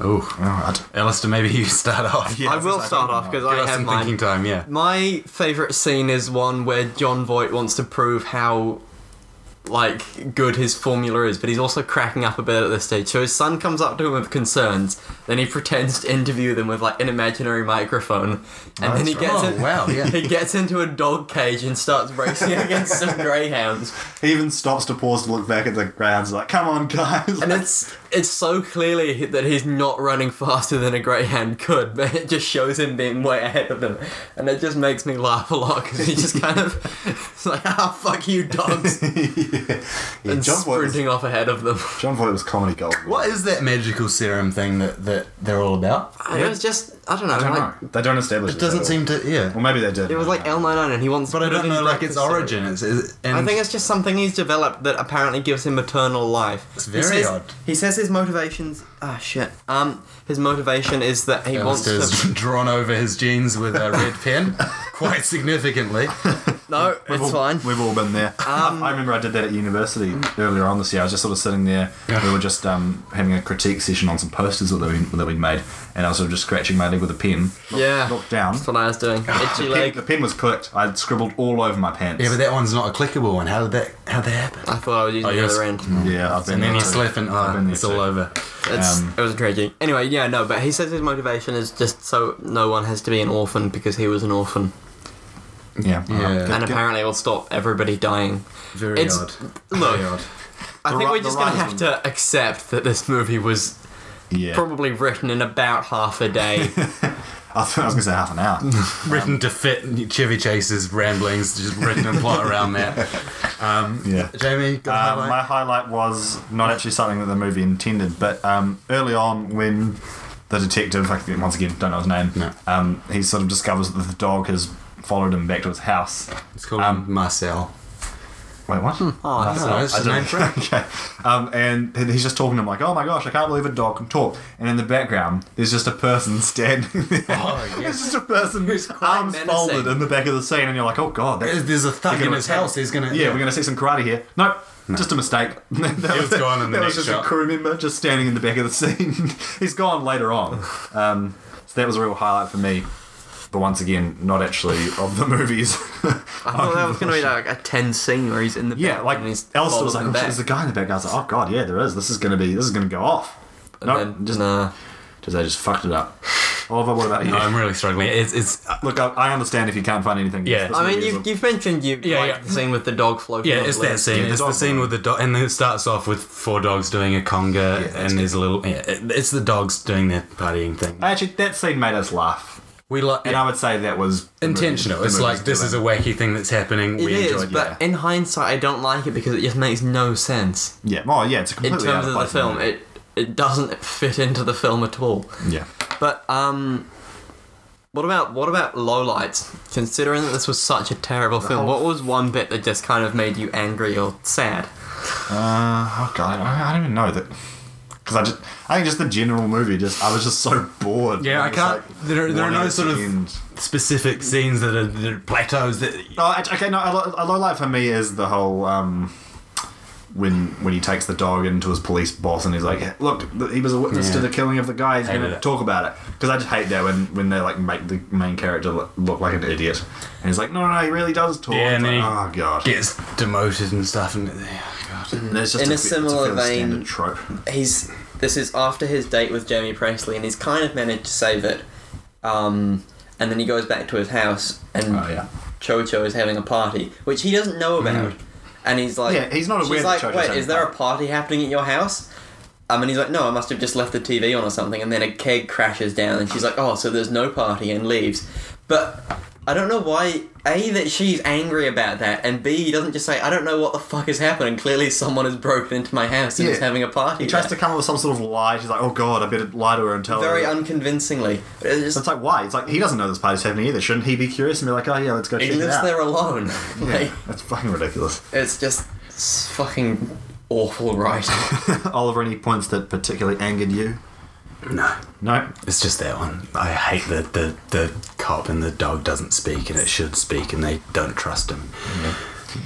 Speaker 2: Oh,
Speaker 1: Alright.
Speaker 2: Alistair, maybe you start off.
Speaker 1: Yeah,
Speaker 3: I
Speaker 1: this
Speaker 3: will
Speaker 1: is-
Speaker 3: start off because I
Speaker 2: Give us
Speaker 3: have
Speaker 2: some
Speaker 3: mine.
Speaker 2: thinking time. Yeah,
Speaker 3: My favorite scene is one where John Voight wants to prove how like good his formula is, but he's also cracking up a bit at this stage. So his son comes up to him with concerns, then he pretends to interview them with like an imaginary microphone, and then he
Speaker 1: that's
Speaker 3: gets
Speaker 2: right.
Speaker 3: in-
Speaker 2: Oh, wow, yeah.
Speaker 3: he gets into a dog cage and starts racing against some greyhounds.
Speaker 1: He even stops to pause to look back at the grounds, like, "Come on, guys!"
Speaker 3: And it's it's so clearly that he's not running faster than a greyhound could, but it just shows him being way ahead of them, and it just makes me laugh a lot because he just kind of it's like, ah, fuck you, dogs,
Speaker 1: yeah. Yeah,
Speaker 3: and
Speaker 1: John Voight. was-
Speaker 3: sprinting off ahead of them.
Speaker 1: John Voight was comedy gold.
Speaker 2: what is that magical serum thing that that they're all about?
Speaker 3: And it was just I don't know,
Speaker 1: I don't
Speaker 3: like,
Speaker 1: know. They don't establish.
Speaker 2: It doesn't seem to. Yeah,
Speaker 1: Well, maybe they did.
Speaker 3: it was like L99, and he wants.
Speaker 2: but I
Speaker 3: to
Speaker 2: don't
Speaker 3: do
Speaker 2: know like its
Speaker 3: breakfast
Speaker 2: origin. It's, it's and
Speaker 3: I think it's just something he's developed that apparently gives him eternal life. It's
Speaker 2: very
Speaker 3: he says,
Speaker 2: odd.
Speaker 3: He says his motivations. Ah, shit. Um, his motivation is that he wants
Speaker 2: Alistair's
Speaker 3: to.
Speaker 2: drawn over his jeans with a red pen, quite significantly.
Speaker 3: No,
Speaker 1: We've
Speaker 3: it's
Speaker 1: all-
Speaker 3: fine. Um, Mm.
Speaker 1: We've all been there. I remember I did that at university earlier on this year. I was just sort of sitting there.
Speaker 2: Yeah.
Speaker 1: We were just um, having a critique session on some posters that we that we'd made, and I was sort of just scratching my leg with a pen. Look-
Speaker 3: Yeah.
Speaker 1: Looked down.
Speaker 3: That's what I was doing.
Speaker 2: Ah,
Speaker 3: Itchy
Speaker 1: The pen,
Speaker 3: leg.
Speaker 1: the pen was clicked. I'd scribbled all over my pants.
Speaker 2: Yeah, but that one's not a clickable one. How did that? How did that happen?
Speaker 3: I thought I was using
Speaker 2: Oh,
Speaker 3: the
Speaker 2: yes.
Speaker 3: other end.
Speaker 1: Yeah, I've been
Speaker 2: And
Speaker 1: there
Speaker 2: then you
Speaker 1: too.
Speaker 2: slip and
Speaker 1: I've been
Speaker 2: oh,
Speaker 1: there
Speaker 2: it's all
Speaker 1: too.
Speaker 2: over.
Speaker 3: It's,
Speaker 1: Um,
Speaker 3: it was a tragedy. Anyway, yeah, no, but he says his motivation is just so no one has to be an orphan because he was an orphan.
Speaker 1: Yeah.
Speaker 2: Yeah.
Speaker 1: Uh,
Speaker 2: Good-
Speaker 3: and
Speaker 1: good-
Speaker 3: apparently it'll stop everybody dying.
Speaker 2: Very
Speaker 3: It's-
Speaker 2: odd.
Speaker 3: look,
Speaker 2: Very odd.
Speaker 3: I
Speaker 1: The
Speaker 3: think
Speaker 1: ri-
Speaker 3: we're
Speaker 1: the
Speaker 3: just going to
Speaker 1: rise
Speaker 3: have
Speaker 1: of-
Speaker 3: to accept that this movie was
Speaker 1: yeah.
Speaker 3: probably written in about half a day.
Speaker 1: I, thought I was going to say half an hour.
Speaker 2: written to fit Chevy Chase's ramblings, just written and plot around that.
Speaker 1: yeah.
Speaker 2: Jamie, got a
Speaker 1: Um, my
Speaker 2: highlight?
Speaker 1: highlight was not actually something that the movie intended, but um, early on when the detective, I think- once again, don't know his name,
Speaker 2: No.
Speaker 1: um, he sort of discovers that the dog has followed him back to his house.
Speaker 2: It's called Marcel.
Speaker 1: Wait, what?
Speaker 3: Oh,
Speaker 2: um, I don't know. It's
Speaker 1: I
Speaker 2: his
Speaker 1: don't-
Speaker 2: name for it.
Speaker 1: okay. Um, and he- he's just talking to him like, oh my gosh, I can't believe a dog can talk. And in the background, there's just a person standing there.
Speaker 2: Oh, yes.
Speaker 1: There's just a person
Speaker 3: Who's quite
Speaker 1: arms
Speaker 3: menacing.
Speaker 1: folded in the back of the scene, and you're like, oh god, that,
Speaker 2: There's there's a thug
Speaker 1: They're
Speaker 2: in
Speaker 1: gonna
Speaker 2: his
Speaker 1: attack.
Speaker 2: house. He's gonna.
Speaker 1: yeah, we're gonna see some karate here. Nope. Just a mistake. that
Speaker 2: was gone in the
Speaker 1: that
Speaker 2: next
Speaker 1: was just
Speaker 2: shot.
Speaker 1: a crew member just standing in the back of the scene. He's gone later on. Um, so that was a real highlight for me. But once again, not actually of the movies.
Speaker 3: I thought that was going to be like a tense scene where he's in the
Speaker 1: Yeah,
Speaker 3: back
Speaker 1: like
Speaker 3: and he's
Speaker 1: Alistair
Speaker 3: folded
Speaker 1: was like,
Speaker 3: in
Speaker 1: oh,
Speaker 3: the
Speaker 1: shit,
Speaker 3: back.
Speaker 1: there's a guy in the back. And I was like, oh god, yeah, there is. This is gonna be. This is gonna go off.
Speaker 3: and
Speaker 1: No,
Speaker 3: then, uh,
Speaker 1: just
Speaker 3: nah.
Speaker 1: just I just fucked it up. Oliver, what about you?
Speaker 2: No, I'm really struggling. It's it's uh,
Speaker 1: Look, I, I understand if you can't find anything.
Speaker 2: Yeah.
Speaker 1: This
Speaker 3: I mean,
Speaker 1: movie is
Speaker 3: you've,
Speaker 1: a-
Speaker 3: you've mentioned you
Speaker 2: Yeah,
Speaker 3: yeah, like
Speaker 2: yeah.
Speaker 3: the scene with the dog floating.
Speaker 2: yeah,
Speaker 3: on the
Speaker 2: it's that
Speaker 3: lid.
Speaker 2: scene.
Speaker 1: the
Speaker 2: it's the
Speaker 1: dog
Speaker 2: scene
Speaker 1: one.
Speaker 2: with the dog, and then it starts off with four dogs doing a conga, and there's a little. Yeah, it, it's the dogs doing their partying thing.
Speaker 1: actually that scene made us laugh,
Speaker 2: We like
Speaker 1: and I would say that was the movie-
Speaker 2: intentional.
Speaker 1: the
Speaker 2: It's
Speaker 1: movie's
Speaker 2: like this is a
Speaker 1: doing.
Speaker 2: wacky thing that's happening.
Speaker 3: It
Speaker 2: we
Speaker 3: is,
Speaker 2: enjoyed.
Speaker 3: but in hindsight, I don't like it because it just makes no sense
Speaker 1: yeah. Oh yeah, it's a
Speaker 3: in
Speaker 1: completely out
Speaker 3: terms of the
Speaker 1: place
Speaker 3: film.
Speaker 1: movie.
Speaker 3: It it doesn't fit into the film at all.
Speaker 1: yeah.
Speaker 3: But um, what about what about lowlights? Considering that this was such a terrible film,
Speaker 1: whole-
Speaker 3: what was one bit that just kind of made you angry or sad?
Speaker 1: Uh, oh god, I, I don't even know that. Because I just, I think just the general movie, just I was just so bored.
Speaker 2: Yeah, I
Speaker 1: was
Speaker 2: can't- there are- there are
Speaker 1: wanting
Speaker 2: no
Speaker 1: it to
Speaker 2: sort of-
Speaker 1: end.
Speaker 2: Specific scenes that are, that are plateaus that
Speaker 1: Oh, act- okay. No, a lo- a low light for me is the whole um, when when he takes the dog into his police boss and he's like, "Look, th- he was a witness to
Speaker 2: Yeah.
Speaker 1: the killing of the guy. He's going
Speaker 2: Hated
Speaker 1: to
Speaker 2: it.
Speaker 1: talk about it." Because I just hate that when when they like make the main character look, look like an idiot, and he's like, "No, no, no, he really does talk."
Speaker 2: Yeah, and
Speaker 1: It's
Speaker 2: then
Speaker 1: like, oh god.
Speaker 2: gets demoted and stuff. And oh god,
Speaker 1: And it's just
Speaker 3: In a
Speaker 1: fe- it's
Speaker 3: similar
Speaker 1: fairly
Speaker 3: vein-
Speaker 1: standard trope.
Speaker 3: he's this is after his date with Jamie Presley, and he's kind of managed to save it. Um, and then he goes back to his house, and
Speaker 1: Oh, yeah. Mm.
Speaker 3: Cho Cho is having a party, which he doesn't know about. And he's like,
Speaker 1: Yeah, he's not aware
Speaker 3: She's
Speaker 1: that
Speaker 3: like,
Speaker 1: Cho Cho's
Speaker 3: wait,
Speaker 1: having
Speaker 3: is
Speaker 1: a
Speaker 3: there a party happening at your house? Um, and he's like, no, I must have just left the TV on or something. And then a keg crashes down, and she's like, oh, so there's no party, and leaves. But I don't know why. A that she's angry about that, and B he doesn't just say, I don't know what the fuck is happening. Clearly, someone has broken into my house and is
Speaker 1: Yeah.
Speaker 3: having a party.
Speaker 1: He tries
Speaker 3: there."
Speaker 1: to come up with some sort of lie. She's like, "Oh god, I better lie to her and tell
Speaker 3: very
Speaker 1: her."
Speaker 3: unconvincingly. But it's
Speaker 1: it's
Speaker 3: just,
Speaker 1: like why? It's like he doesn't know this party's happening either. Shouldn't he be curious and be like, "Oh yeah, let's go
Speaker 3: he
Speaker 1: check it
Speaker 3: lives
Speaker 1: out"?
Speaker 3: there alone. like,
Speaker 1: yeah, that's fucking ridiculous.
Speaker 3: it's just it's fucking awful writing.
Speaker 1: Oliver, any points that particularly angered you?
Speaker 2: no.
Speaker 1: No.
Speaker 2: It's just that one. I hate that the, the cop and the dog doesn't speak and it should speak and they don't trust him.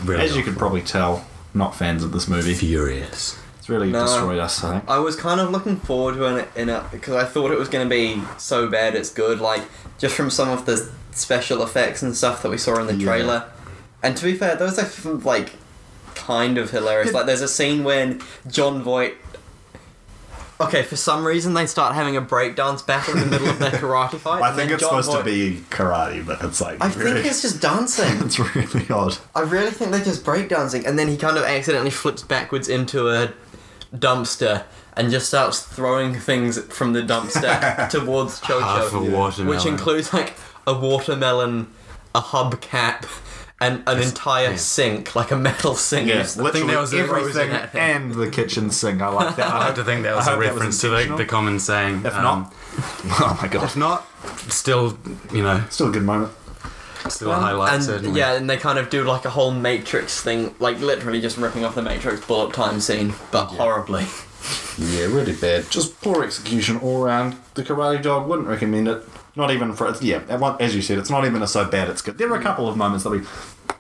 Speaker 2: Really
Speaker 1: As you can probably tell, not fans of this movie.
Speaker 2: furious.
Speaker 1: It's really
Speaker 3: No.
Speaker 1: destroyed us, I think.
Speaker 3: I was kind of looking forward to it in it because I thought it was going to be so bad it's good. Like just from some of the special effects and stuff that we saw in the
Speaker 1: Yeah.
Speaker 3: trailer. And to be fair, those are f- like kind of hilarious. Like there's a scene when John Voight. Okay, for some reason they start having a breakdance battle in the middle of their karate fight.
Speaker 1: I
Speaker 3: and
Speaker 1: think
Speaker 3: then
Speaker 1: it's
Speaker 3: John
Speaker 1: supposed
Speaker 3: Voight-
Speaker 1: to be karate, but it's like.
Speaker 3: I
Speaker 1: really,
Speaker 3: think it's just dancing.
Speaker 1: It's really odd.
Speaker 3: I really think they're just breakdancing, and then he kind of accidentally flips backwards into a dumpster and just starts throwing things from the dumpster towards Cho
Speaker 2: Half a
Speaker 3: Cho,
Speaker 2: watermelon.
Speaker 3: which includes like a watermelon, a hubcap, and an entire
Speaker 2: yeah.
Speaker 3: sink, like a metal sink.
Speaker 1: Yes,
Speaker 2: I think
Speaker 1: literally
Speaker 2: that was a-
Speaker 1: everything
Speaker 3: that was a-
Speaker 1: and the kitchen sink. I like that.
Speaker 2: I have to think that was
Speaker 1: I
Speaker 2: a
Speaker 1: hope that was
Speaker 2: reference to the,
Speaker 1: intentional.
Speaker 2: the common saying.
Speaker 1: If
Speaker 2: Um,
Speaker 1: not, oh my god,
Speaker 2: if not, still, you know,
Speaker 1: still a good moment.
Speaker 2: still a highlight,
Speaker 3: and
Speaker 2: certainly.
Speaker 3: yeah, and they kind of do like a whole Matrix thing, like literally just ripping off the Matrix bullet time scene, but horribly.
Speaker 1: Yeah, really bad. Just poor execution all around. The Karate Dog wouldn't recommend it. Not even for it's yeah. at one- As you said, it's not even a so bad it's good. There were a couple of moments that we,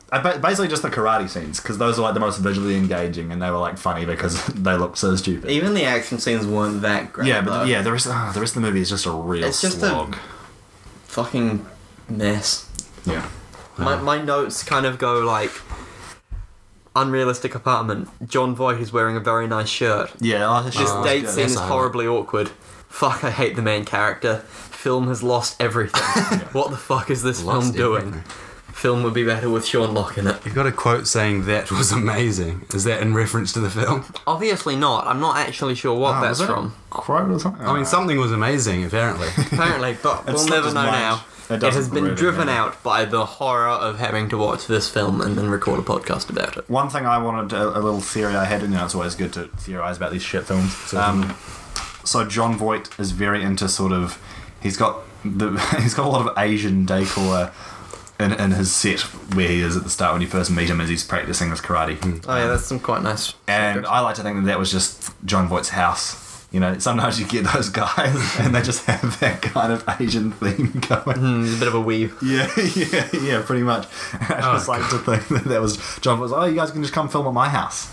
Speaker 1: I ba- basically just the karate scenes because those are like the most visually engaging and they were like funny because they look so stupid.
Speaker 3: Even the action scenes weren't that great.
Speaker 1: yeah, but
Speaker 3: though.
Speaker 1: yeah, the rest ah, the rest of the movie is just a real
Speaker 3: It's just a-
Speaker 1: slog.
Speaker 3: fucking mess.
Speaker 1: yeah.
Speaker 3: My, my notes kind of go like unrealistic apartment. John Voight is wearing a very nice shirt.
Speaker 1: Yeah, oh,
Speaker 3: This
Speaker 1: oh,
Speaker 3: date
Speaker 1: yeah,
Speaker 3: scene
Speaker 1: that's-
Speaker 3: is
Speaker 2: a highlight.
Speaker 3: horribly awkward. Fuck, I hate the main character. Film has lost everything. what the fuck is this
Speaker 2: Lost
Speaker 3: film doing?
Speaker 2: everything.
Speaker 3: Film would be better with Sean Locke in it.
Speaker 2: You've got a quote saying that was amazing. Is that in reference to the film?
Speaker 3: Obviously not. I'm not actually sure what
Speaker 1: oh, was
Speaker 3: that's
Speaker 1: that a
Speaker 3: from.
Speaker 1: Quote or something.
Speaker 2: I mean, something was amazing, apparently.
Speaker 3: Apparently, but we'll
Speaker 1: slipped
Speaker 3: never
Speaker 1: his
Speaker 3: know
Speaker 1: mind.
Speaker 3: now.
Speaker 1: It
Speaker 3: It,
Speaker 1: doesn't
Speaker 3: has been
Speaker 1: really
Speaker 3: driven
Speaker 1: matter.
Speaker 3: out by the horror of having to watch this film and then record a podcast about it.
Speaker 1: One thing I wanted, a, a little theory I had, and you know, it's always good to theorize about these shit films. Um, so John Voight is very into sort of, he's got the, he's got a lot of Asian decor in, in his set where he is at the start when you first meet him as he's practicing his karate.
Speaker 3: Oh yeah, that's some quite nice.
Speaker 1: And I like to think that that was just John Voight's house. You know, sometimes you get those guys and they just have that kind of Asian theme going.
Speaker 3: He's a bit of a weave.
Speaker 1: Yeah, yeah, yeah, pretty much. I just
Speaker 2: Oh,
Speaker 1: like to think that that was John was, oh, you guys can just come film at my house.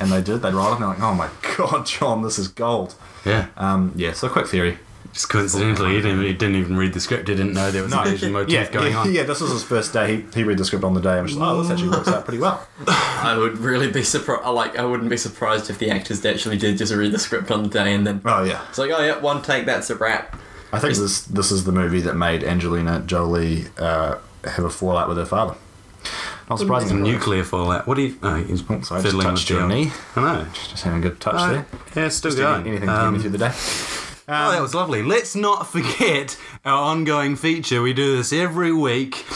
Speaker 1: And they did. They rolled up and they're like, oh my god, John, this is gold.
Speaker 2: Yeah.
Speaker 1: Um, yeah, so quick theory.
Speaker 2: Just coincidentally, he didn't, he didn't even read the script. He didn't know there was an Asian motif
Speaker 1: Yeah,
Speaker 2: going
Speaker 1: yeah,
Speaker 2: on.
Speaker 1: yeah, this was his first day. He, he read the script on the day and was like, oh, this actually works out pretty well.
Speaker 4: I would really be surprised. Like, I wouldn't be surprised if the actors actually did just read the script on the day and then
Speaker 1: Oh, yeah.
Speaker 4: it's like, oh yeah, one take, that's a wrap.
Speaker 1: I think this this is the movie that made Angelina Jolie uh, have a fallout with her father. Not
Speaker 2: It's a
Speaker 1: surprising.
Speaker 2: nuclear fallout. What do you? Oh, he's
Speaker 1: Oh, sorry, I just
Speaker 2: fiddling
Speaker 1: touched
Speaker 2: with
Speaker 1: your
Speaker 2: the-
Speaker 1: knee.
Speaker 2: I know.
Speaker 1: Just having a good touch
Speaker 2: Uh,
Speaker 1: there.
Speaker 2: yeah, it's still
Speaker 1: Just
Speaker 2: going.
Speaker 1: any- anything that
Speaker 2: Um,
Speaker 1: came through the day.
Speaker 2: Oh, that was lovely. Let's not forget our ongoing feature. We do this every week.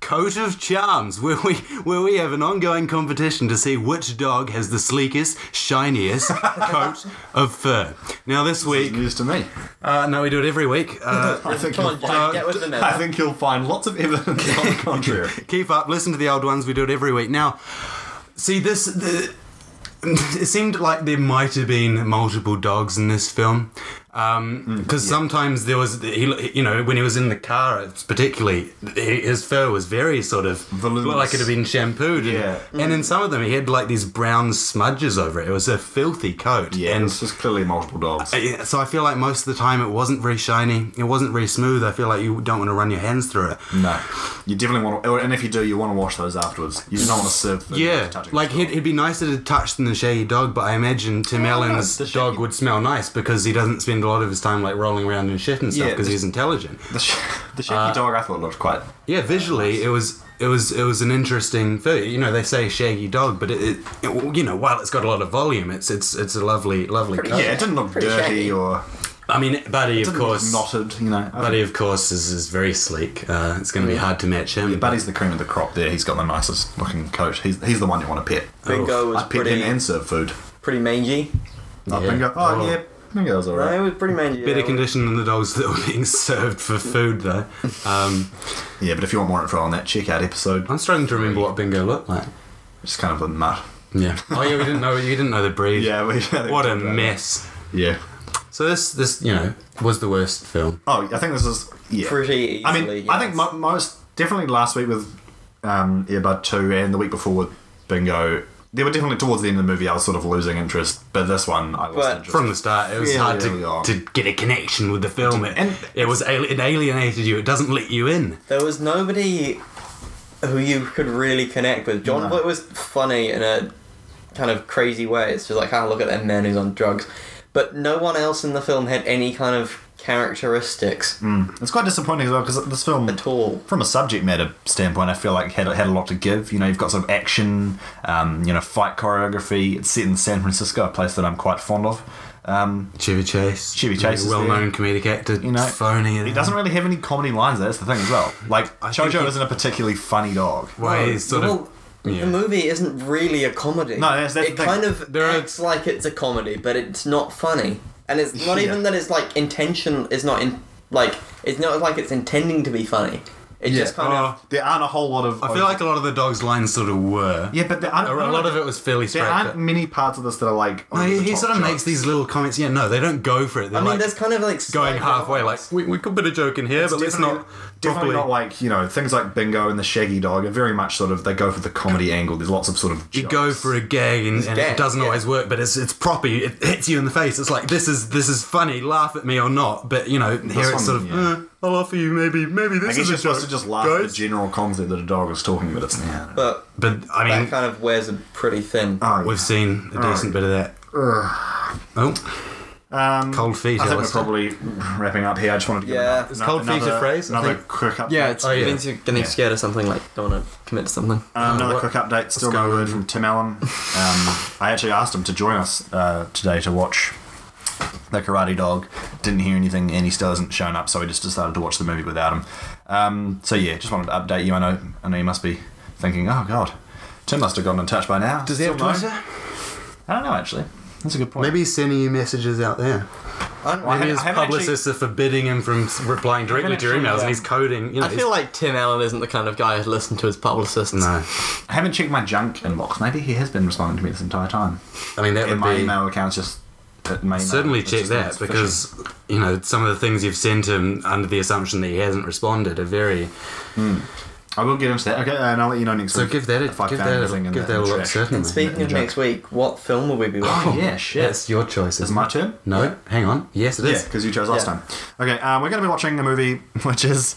Speaker 2: Coat of Charms, where we where we have an ongoing competition to see which dog has the sleekest, shiniest coat of fur. Now this week,
Speaker 1: News to me.
Speaker 2: uh, no, we do it every week. Uh,
Speaker 1: I think
Speaker 4: Come on,
Speaker 1: you'll
Speaker 4: Jack, get with the
Speaker 1: I
Speaker 4: now.
Speaker 1: think you'll find lots of evidence on the contrary.
Speaker 2: keep up. Listen to the old ones. We do it every week. Now, see this. The, it seemed like there might have been multiple dogs in this film, because
Speaker 1: Hmm,
Speaker 2: sometimes there was, he, you know, when he was in the car, it's particularly he- his fur was very sort of
Speaker 1: Voluminous.
Speaker 2: looked like it had been shampooed. and-
Speaker 1: Yeah.
Speaker 2: and, in some of them he had like these brown smudges over it. It was a filthy coat.
Speaker 1: Yeah,
Speaker 2: and
Speaker 1: it's just clearly multiple dogs.
Speaker 2: yeah, so I feel like most of the time it wasn't very shiny. It wasn't very smooth. I feel like you don't want to run your hands through it.
Speaker 1: No, you definitely want to, and if you do, you want to wash those afterwards. You do not want to serve. Food
Speaker 2: Yeah,
Speaker 1: after touching
Speaker 2: like
Speaker 1: the dog.
Speaker 2: he'd, he'd be nicer to touch than the shaggy dog, but I imagine Tim Allen's
Speaker 1: the shaggy-
Speaker 2: dog would smell nice because he doesn't spend a lot of his time like rolling around in shit and stuff
Speaker 1: Yeah,
Speaker 2: because
Speaker 1: the-
Speaker 2: he's intelligent.
Speaker 1: the, sh- the shaky dog. I thought looked quite.
Speaker 2: Yeah, visually it was it was it was an interesting thing. You know, they say shaggy dog, but it, it, it- you know while it's got a lot of volume, it's it's it's a lovely lovely. coat.
Speaker 1: Yeah, it didn't look
Speaker 4: Oh, Pretty
Speaker 1: dirty
Speaker 4: shaggy.
Speaker 1: or
Speaker 2: I mean, Buddy of
Speaker 1: didn't
Speaker 2: course,
Speaker 1: look knotted. You know,
Speaker 2: Buddy of course is, is very sleek. Uh, it's going to be hard to match him.
Speaker 1: Buddy's the cream of the crop. There, he's got the nicest looking coat. He's he's the one you want to pet.
Speaker 4: Bingo was
Speaker 1: I pet
Speaker 4: pretty,
Speaker 1: him and serve food.
Speaker 4: pretty mangy.
Speaker 1: Oh,
Speaker 2: Yeah.
Speaker 1: Bingo. Oh,
Speaker 2: Oh.
Speaker 1: yeah, Bingo was
Speaker 4: No,
Speaker 1: alright.
Speaker 4: it was pretty mangy.
Speaker 2: better
Speaker 4: yeah.
Speaker 2: condition than the dogs that were being served for food though. Um,
Speaker 1: Yeah, but if you want more info on that, check out episode.
Speaker 2: I'm struggling to remember what Bingo looked like.
Speaker 1: Just kind of a mutt.
Speaker 2: Yeah. Oh yeah, we didn't know you didn't know the breed.
Speaker 1: Yeah, we,
Speaker 2: What a mess.
Speaker 1: Yeah.
Speaker 2: So this this you know was the worst film.
Speaker 1: Oh, I think this is yeah.
Speaker 4: Pretty
Speaker 1: I mean,
Speaker 4: easily,
Speaker 1: I think
Speaker 4: yes.
Speaker 1: mo- most definitely last week with um, Earbud Two and the week before with Bingo, there were definitely towards the end of the movie I was sort of losing interest, but this one I lost
Speaker 4: But
Speaker 1: interest.
Speaker 2: From the start, it was
Speaker 1: Yeah,
Speaker 2: hard
Speaker 1: really
Speaker 2: to,
Speaker 1: are.
Speaker 2: to get a connection with the film. It,
Speaker 1: And-
Speaker 2: it was al- it alienated you. It doesn't let you in.
Speaker 4: There was nobody who you could really connect with. John
Speaker 1: No.
Speaker 4: Voight was funny in a kind of crazy way. It's just like, ah, look at that man who's on drugs. But no one else in the film had any kind of characteristics
Speaker 1: It's quite disappointing as well because this film,
Speaker 4: at all.
Speaker 1: from a subject matter standpoint, I feel like had had a lot to give. You know, you've got sort of action, um, you know, fight choreography. It's set in San Francisco, a place that I'm quite fond of. Um,
Speaker 2: Chevy Chase,
Speaker 1: Chevy Chase is
Speaker 2: well-known comedic actor,
Speaker 1: you know,
Speaker 2: phony.
Speaker 1: He doesn't really have any comedy lines. There. That's the thing as well. Like
Speaker 2: think
Speaker 1: Jojo
Speaker 2: he-
Speaker 1: isn't a particularly funny dog.
Speaker 2: Why he's sort
Speaker 4: Well,
Speaker 2: of
Speaker 4: Oh,
Speaker 2: yeah.
Speaker 4: The movie isn't really a comedy.
Speaker 1: No, that's- that's
Speaker 4: it
Speaker 1: the thing.
Speaker 4: kind of
Speaker 2: There are-
Speaker 4: acts like it's a comedy, but it's not funny, and it's not
Speaker 1: Yeah.
Speaker 4: even that it's like intention. It's not in like it's not like it's intending to be funny. It's just kind
Speaker 2: Oh,
Speaker 4: of
Speaker 1: There aren't a whole lot of.
Speaker 2: I feel like a lot of the dog's lines sort of were.
Speaker 1: yeah, but there aren't,
Speaker 2: a, a lot of it was fairly
Speaker 1: There
Speaker 2: spread.
Speaker 1: aren't many parts of this that are like.
Speaker 2: No, he,
Speaker 1: over the
Speaker 2: he
Speaker 1: top
Speaker 2: sort of
Speaker 1: jokes.
Speaker 2: makes these little comments. Yeah, no, they don't go for it. They're
Speaker 4: I mean,
Speaker 2: like
Speaker 4: there's kind of like
Speaker 2: going
Speaker 4: slight-
Speaker 2: halfway. Like we, we could put a joke in here, but let's
Speaker 1: uh, Definitely-
Speaker 2: not
Speaker 1: Definitely not
Speaker 2: properly.
Speaker 1: like you know things like Bingo and the Shaggy Dog are very much sort of they go for the comedy angle. There's lots of sort of
Speaker 2: you go for a gag and, and it
Speaker 4: gag,
Speaker 2: doesn't
Speaker 4: yeah.
Speaker 2: always work, but it's it's proper. It hits you in the face. It's like this is this is funny. Laugh at me or not, but you know here
Speaker 1: one,
Speaker 2: it's sort of
Speaker 1: yeah.
Speaker 2: eh, I'll offer you maybe maybe
Speaker 1: I
Speaker 2: this
Speaker 1: guess
Speaker 2: is a
Speaker 1: you're supposed
Speaker 2: joke,
Speaker 1: to just laugh at the
Speaker 2: guys.
Speaker 1: general concept that a dog is talking, but it's yeah.
Speaker 4: But
Speaker 2: But I
Speaker 4: that
Speaker 2: mean,
Speaker 4: kind of wears a pretty thin.
Speaker 1: Oh, yeah.
Speaker 2: we've seen a decent bit of that. Oh,
Speaker 1: um,
Speaker 2: cold feet.
Speaker 1: I think we're
Speaker 2: Alistair.
Speaker 1: probably wrapping up here. I just wanted to give
Speaker 4: Yeah.
Speaker 1: another,
Speaker 4: Is
Speaker 2: cold feet a
Speaker 1: another-
Speaker 2: phrase? I
Speaker 1: Another
Speaker 2: think-
Speaker 1: quick update.
Speaker 3: Yeah, it's
Speaker 2: Oh, yeah.
Speaker 3: means you're
Speaker 4: getting
Speaker 1: Yeah.
Speaker 4: scared of something like don't want to commit to something.
Speaker 1: Um, another
Speaker 2: Uh, what-
Speaker 1: quick update. Still no
Speaker 2: go
Speaker 1: word
Speaker 2: with-
Speaker 1: from Tim Allen. Um, I actually asked him to join us uh, today to watch The Karate Dog. Didn't hear anything, and he still hasn't shown up, so we just decided to watch the movie without him. Um, so yeah, just wanted to update you. I know, I know you must be thinking, oh god, Tim must have gotten in touch by now. Does
Speaker 2: Still
Speaker 1: I don't know actually. That's a good point.
Speaker 2: Maybe he's sending you messages out there.
Speaker 4: I don't
Speaker 1: Well, I
Speaker 4: really-
Speaker 1: haven't-
Speaker 2: Maybe his
Speaker 1: I haven't
Speaker 2: publicists are forbidding him from s- replying directly to your
Speaker 1: actually,
Speaker 2: emails,
Speaker 1: uh,
Speaker 2: and he's coding. You know,
Speaker 3: I feel like Tim Allen isn't the kind of guy who'd listen to his publicists.
Speaker 2: no.
Speaker 1: I haven't checked my junk inbox. Maybe he has been responding to me this entire time.
Speaker 2: I mean, that
Speaker 1: And
Speaker 2: would
Speaker 1: my
Speaker 2: be
Speaker 1: email account's just. uh, My email,
Speaker 2: certainly
Speaker 1: it's
Speaker 2: check
Speaker 1: just-
Speaker 2: that
Speaker 1: it's phishing.
Speaker 2: because you know some of the things you've sent him under the assumption that he hasn't responded are very.
Speaker 1: I will get into that. Okay, and I'll let you know next
Speaker 2: So
Speaker 1: week.
Speaker 2: give that a
Speaker 1: if I
Speaker 2: give
Speaker 1: found
Speaker 2: that a,
Speaker 1: anything in
Speaker 2: give
Speaker 1: the-
Speaker 2: that a
Speaker 1: in the
Speaker 2: look.
Speaker 1: trash.
Speaker 2: Certainly.
Speaker 4: Speaking of
Speaker 1: Junk.
Speaker 4: next week, what film will we be
Speaker 1: Oh
Speaker 4: watching?
Speaker 1: yeah, shit.
Speaker 2: That's your choice.
Speaker 1: It's
Speaker 2: isn't
Speaker 1: my
Speaker 2: it?
Speaker 1: turn.
Speaker 2: No, hang on. Yes, it
Speaker 1: Yeah,
Speaker 2: is.
Speaker 1: because you chose last
Speaker 4: Yeah.
Speaker 1: time. Okay, um, we're going to be watching a movie which is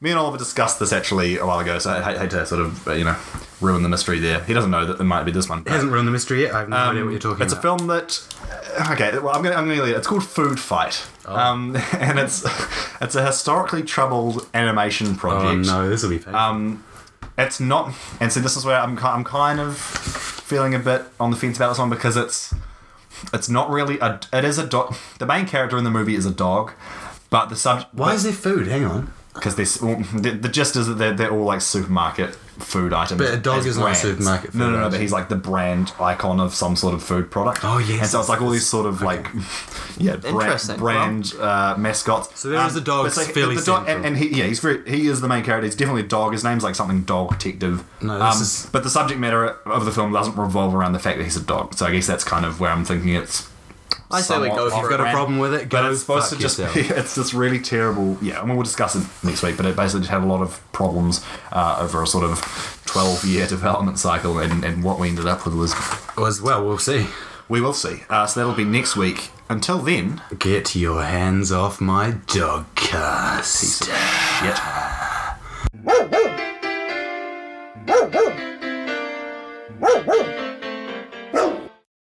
Speaker 1: me and Oliver discussed this actually a while ago. So I hate, hate to sort of uh, you know ruin the mystery there. He doesn't know that it might be this one.
Speaker 2: It
Speaker 1: but- um,
Speaker 2: hasn't ruined the mystery yet. I have no idea what you're talking
Speaker 1: it's
Speaker 2: about.
Speaker 1: a film that uh, okay. Well, I'm gonna I'm gonna leave it. It's called Food Fight,
Speaker 2: Oh.
Speaker 1: um, and it's it's a historically troubled animation
Speaker 2: Oh
Speaker 1: project.
Speaker 2: no, this will be painful.
Speaker 1: It's not, and so this is where I'm ki- I'm kind of feeling a bit on the fence about this one because it's it's not really a it is a dog. The main character in the movie is a dog, but the subject
Speaker 2: Why is there food? Hang on.
Speaker 1: because this the, the gist is that they're, they're all like supermarket food items.
Speaker 2: But a dog
Speaker 1: as
Speaker 2: is not a
Speaker 1: brands.
Speaker 2: supermarket
Speaker 1: No, no,
Speaker 2: food
Speaker 1: no. But
Speaker 2: item.
Speaker 1: he's like the brand icon of some sort of food product.
Speaker 2: Oh, yes,
Speaker 1: And so it's like all these sort of like yeah brand,
Speaker 3: Interesting.
Speaker 1: brand uh, mascots. Um,
Speaker 2: So there is a dog
Speaker 1: but it's
Speaker 2: fairly
Speaker 1: the dog, and,
Speaker 2: central.
Speaker 1: and he yeah he's very he is the main character. He's definitely a dog. His name's like something dog detective. Um,
Speaker 2: No, this is-
Speaker 1: But the subject matter of the film doesn't revolve around the fact that he's a dog. So I guess that's kind of where I'm thinking it's.
Speaker 3: I say we
Speaker 1: somewhat
Speaker 3: go for
Speaker 1: off
Speaker 3: it.
Speaker 2: You've got a
Speaker 1: brand
Speaker 2: problem with it?
Speaker 1: but
Speaker 2: Go
Speaker 1: it's supposed to
Speaker 2: fuck
Speaker 1: just
Speaker 2: yourself.
Speaker 1: be, it's this really terrible yeah I mean we'll discuss it next week but it basically just had a lot of problems uh, over a sort of 12 year development cycle and, and what we ended up with was
Speaker 2: As well, we'll see.
Speaker 1: we will see uh, so that'll be next week until then
Speaker 2: Get your hands off my dog cast.
Speaker 1: shit
Speaker 5: Woo woo! Woo woo! Woo woo!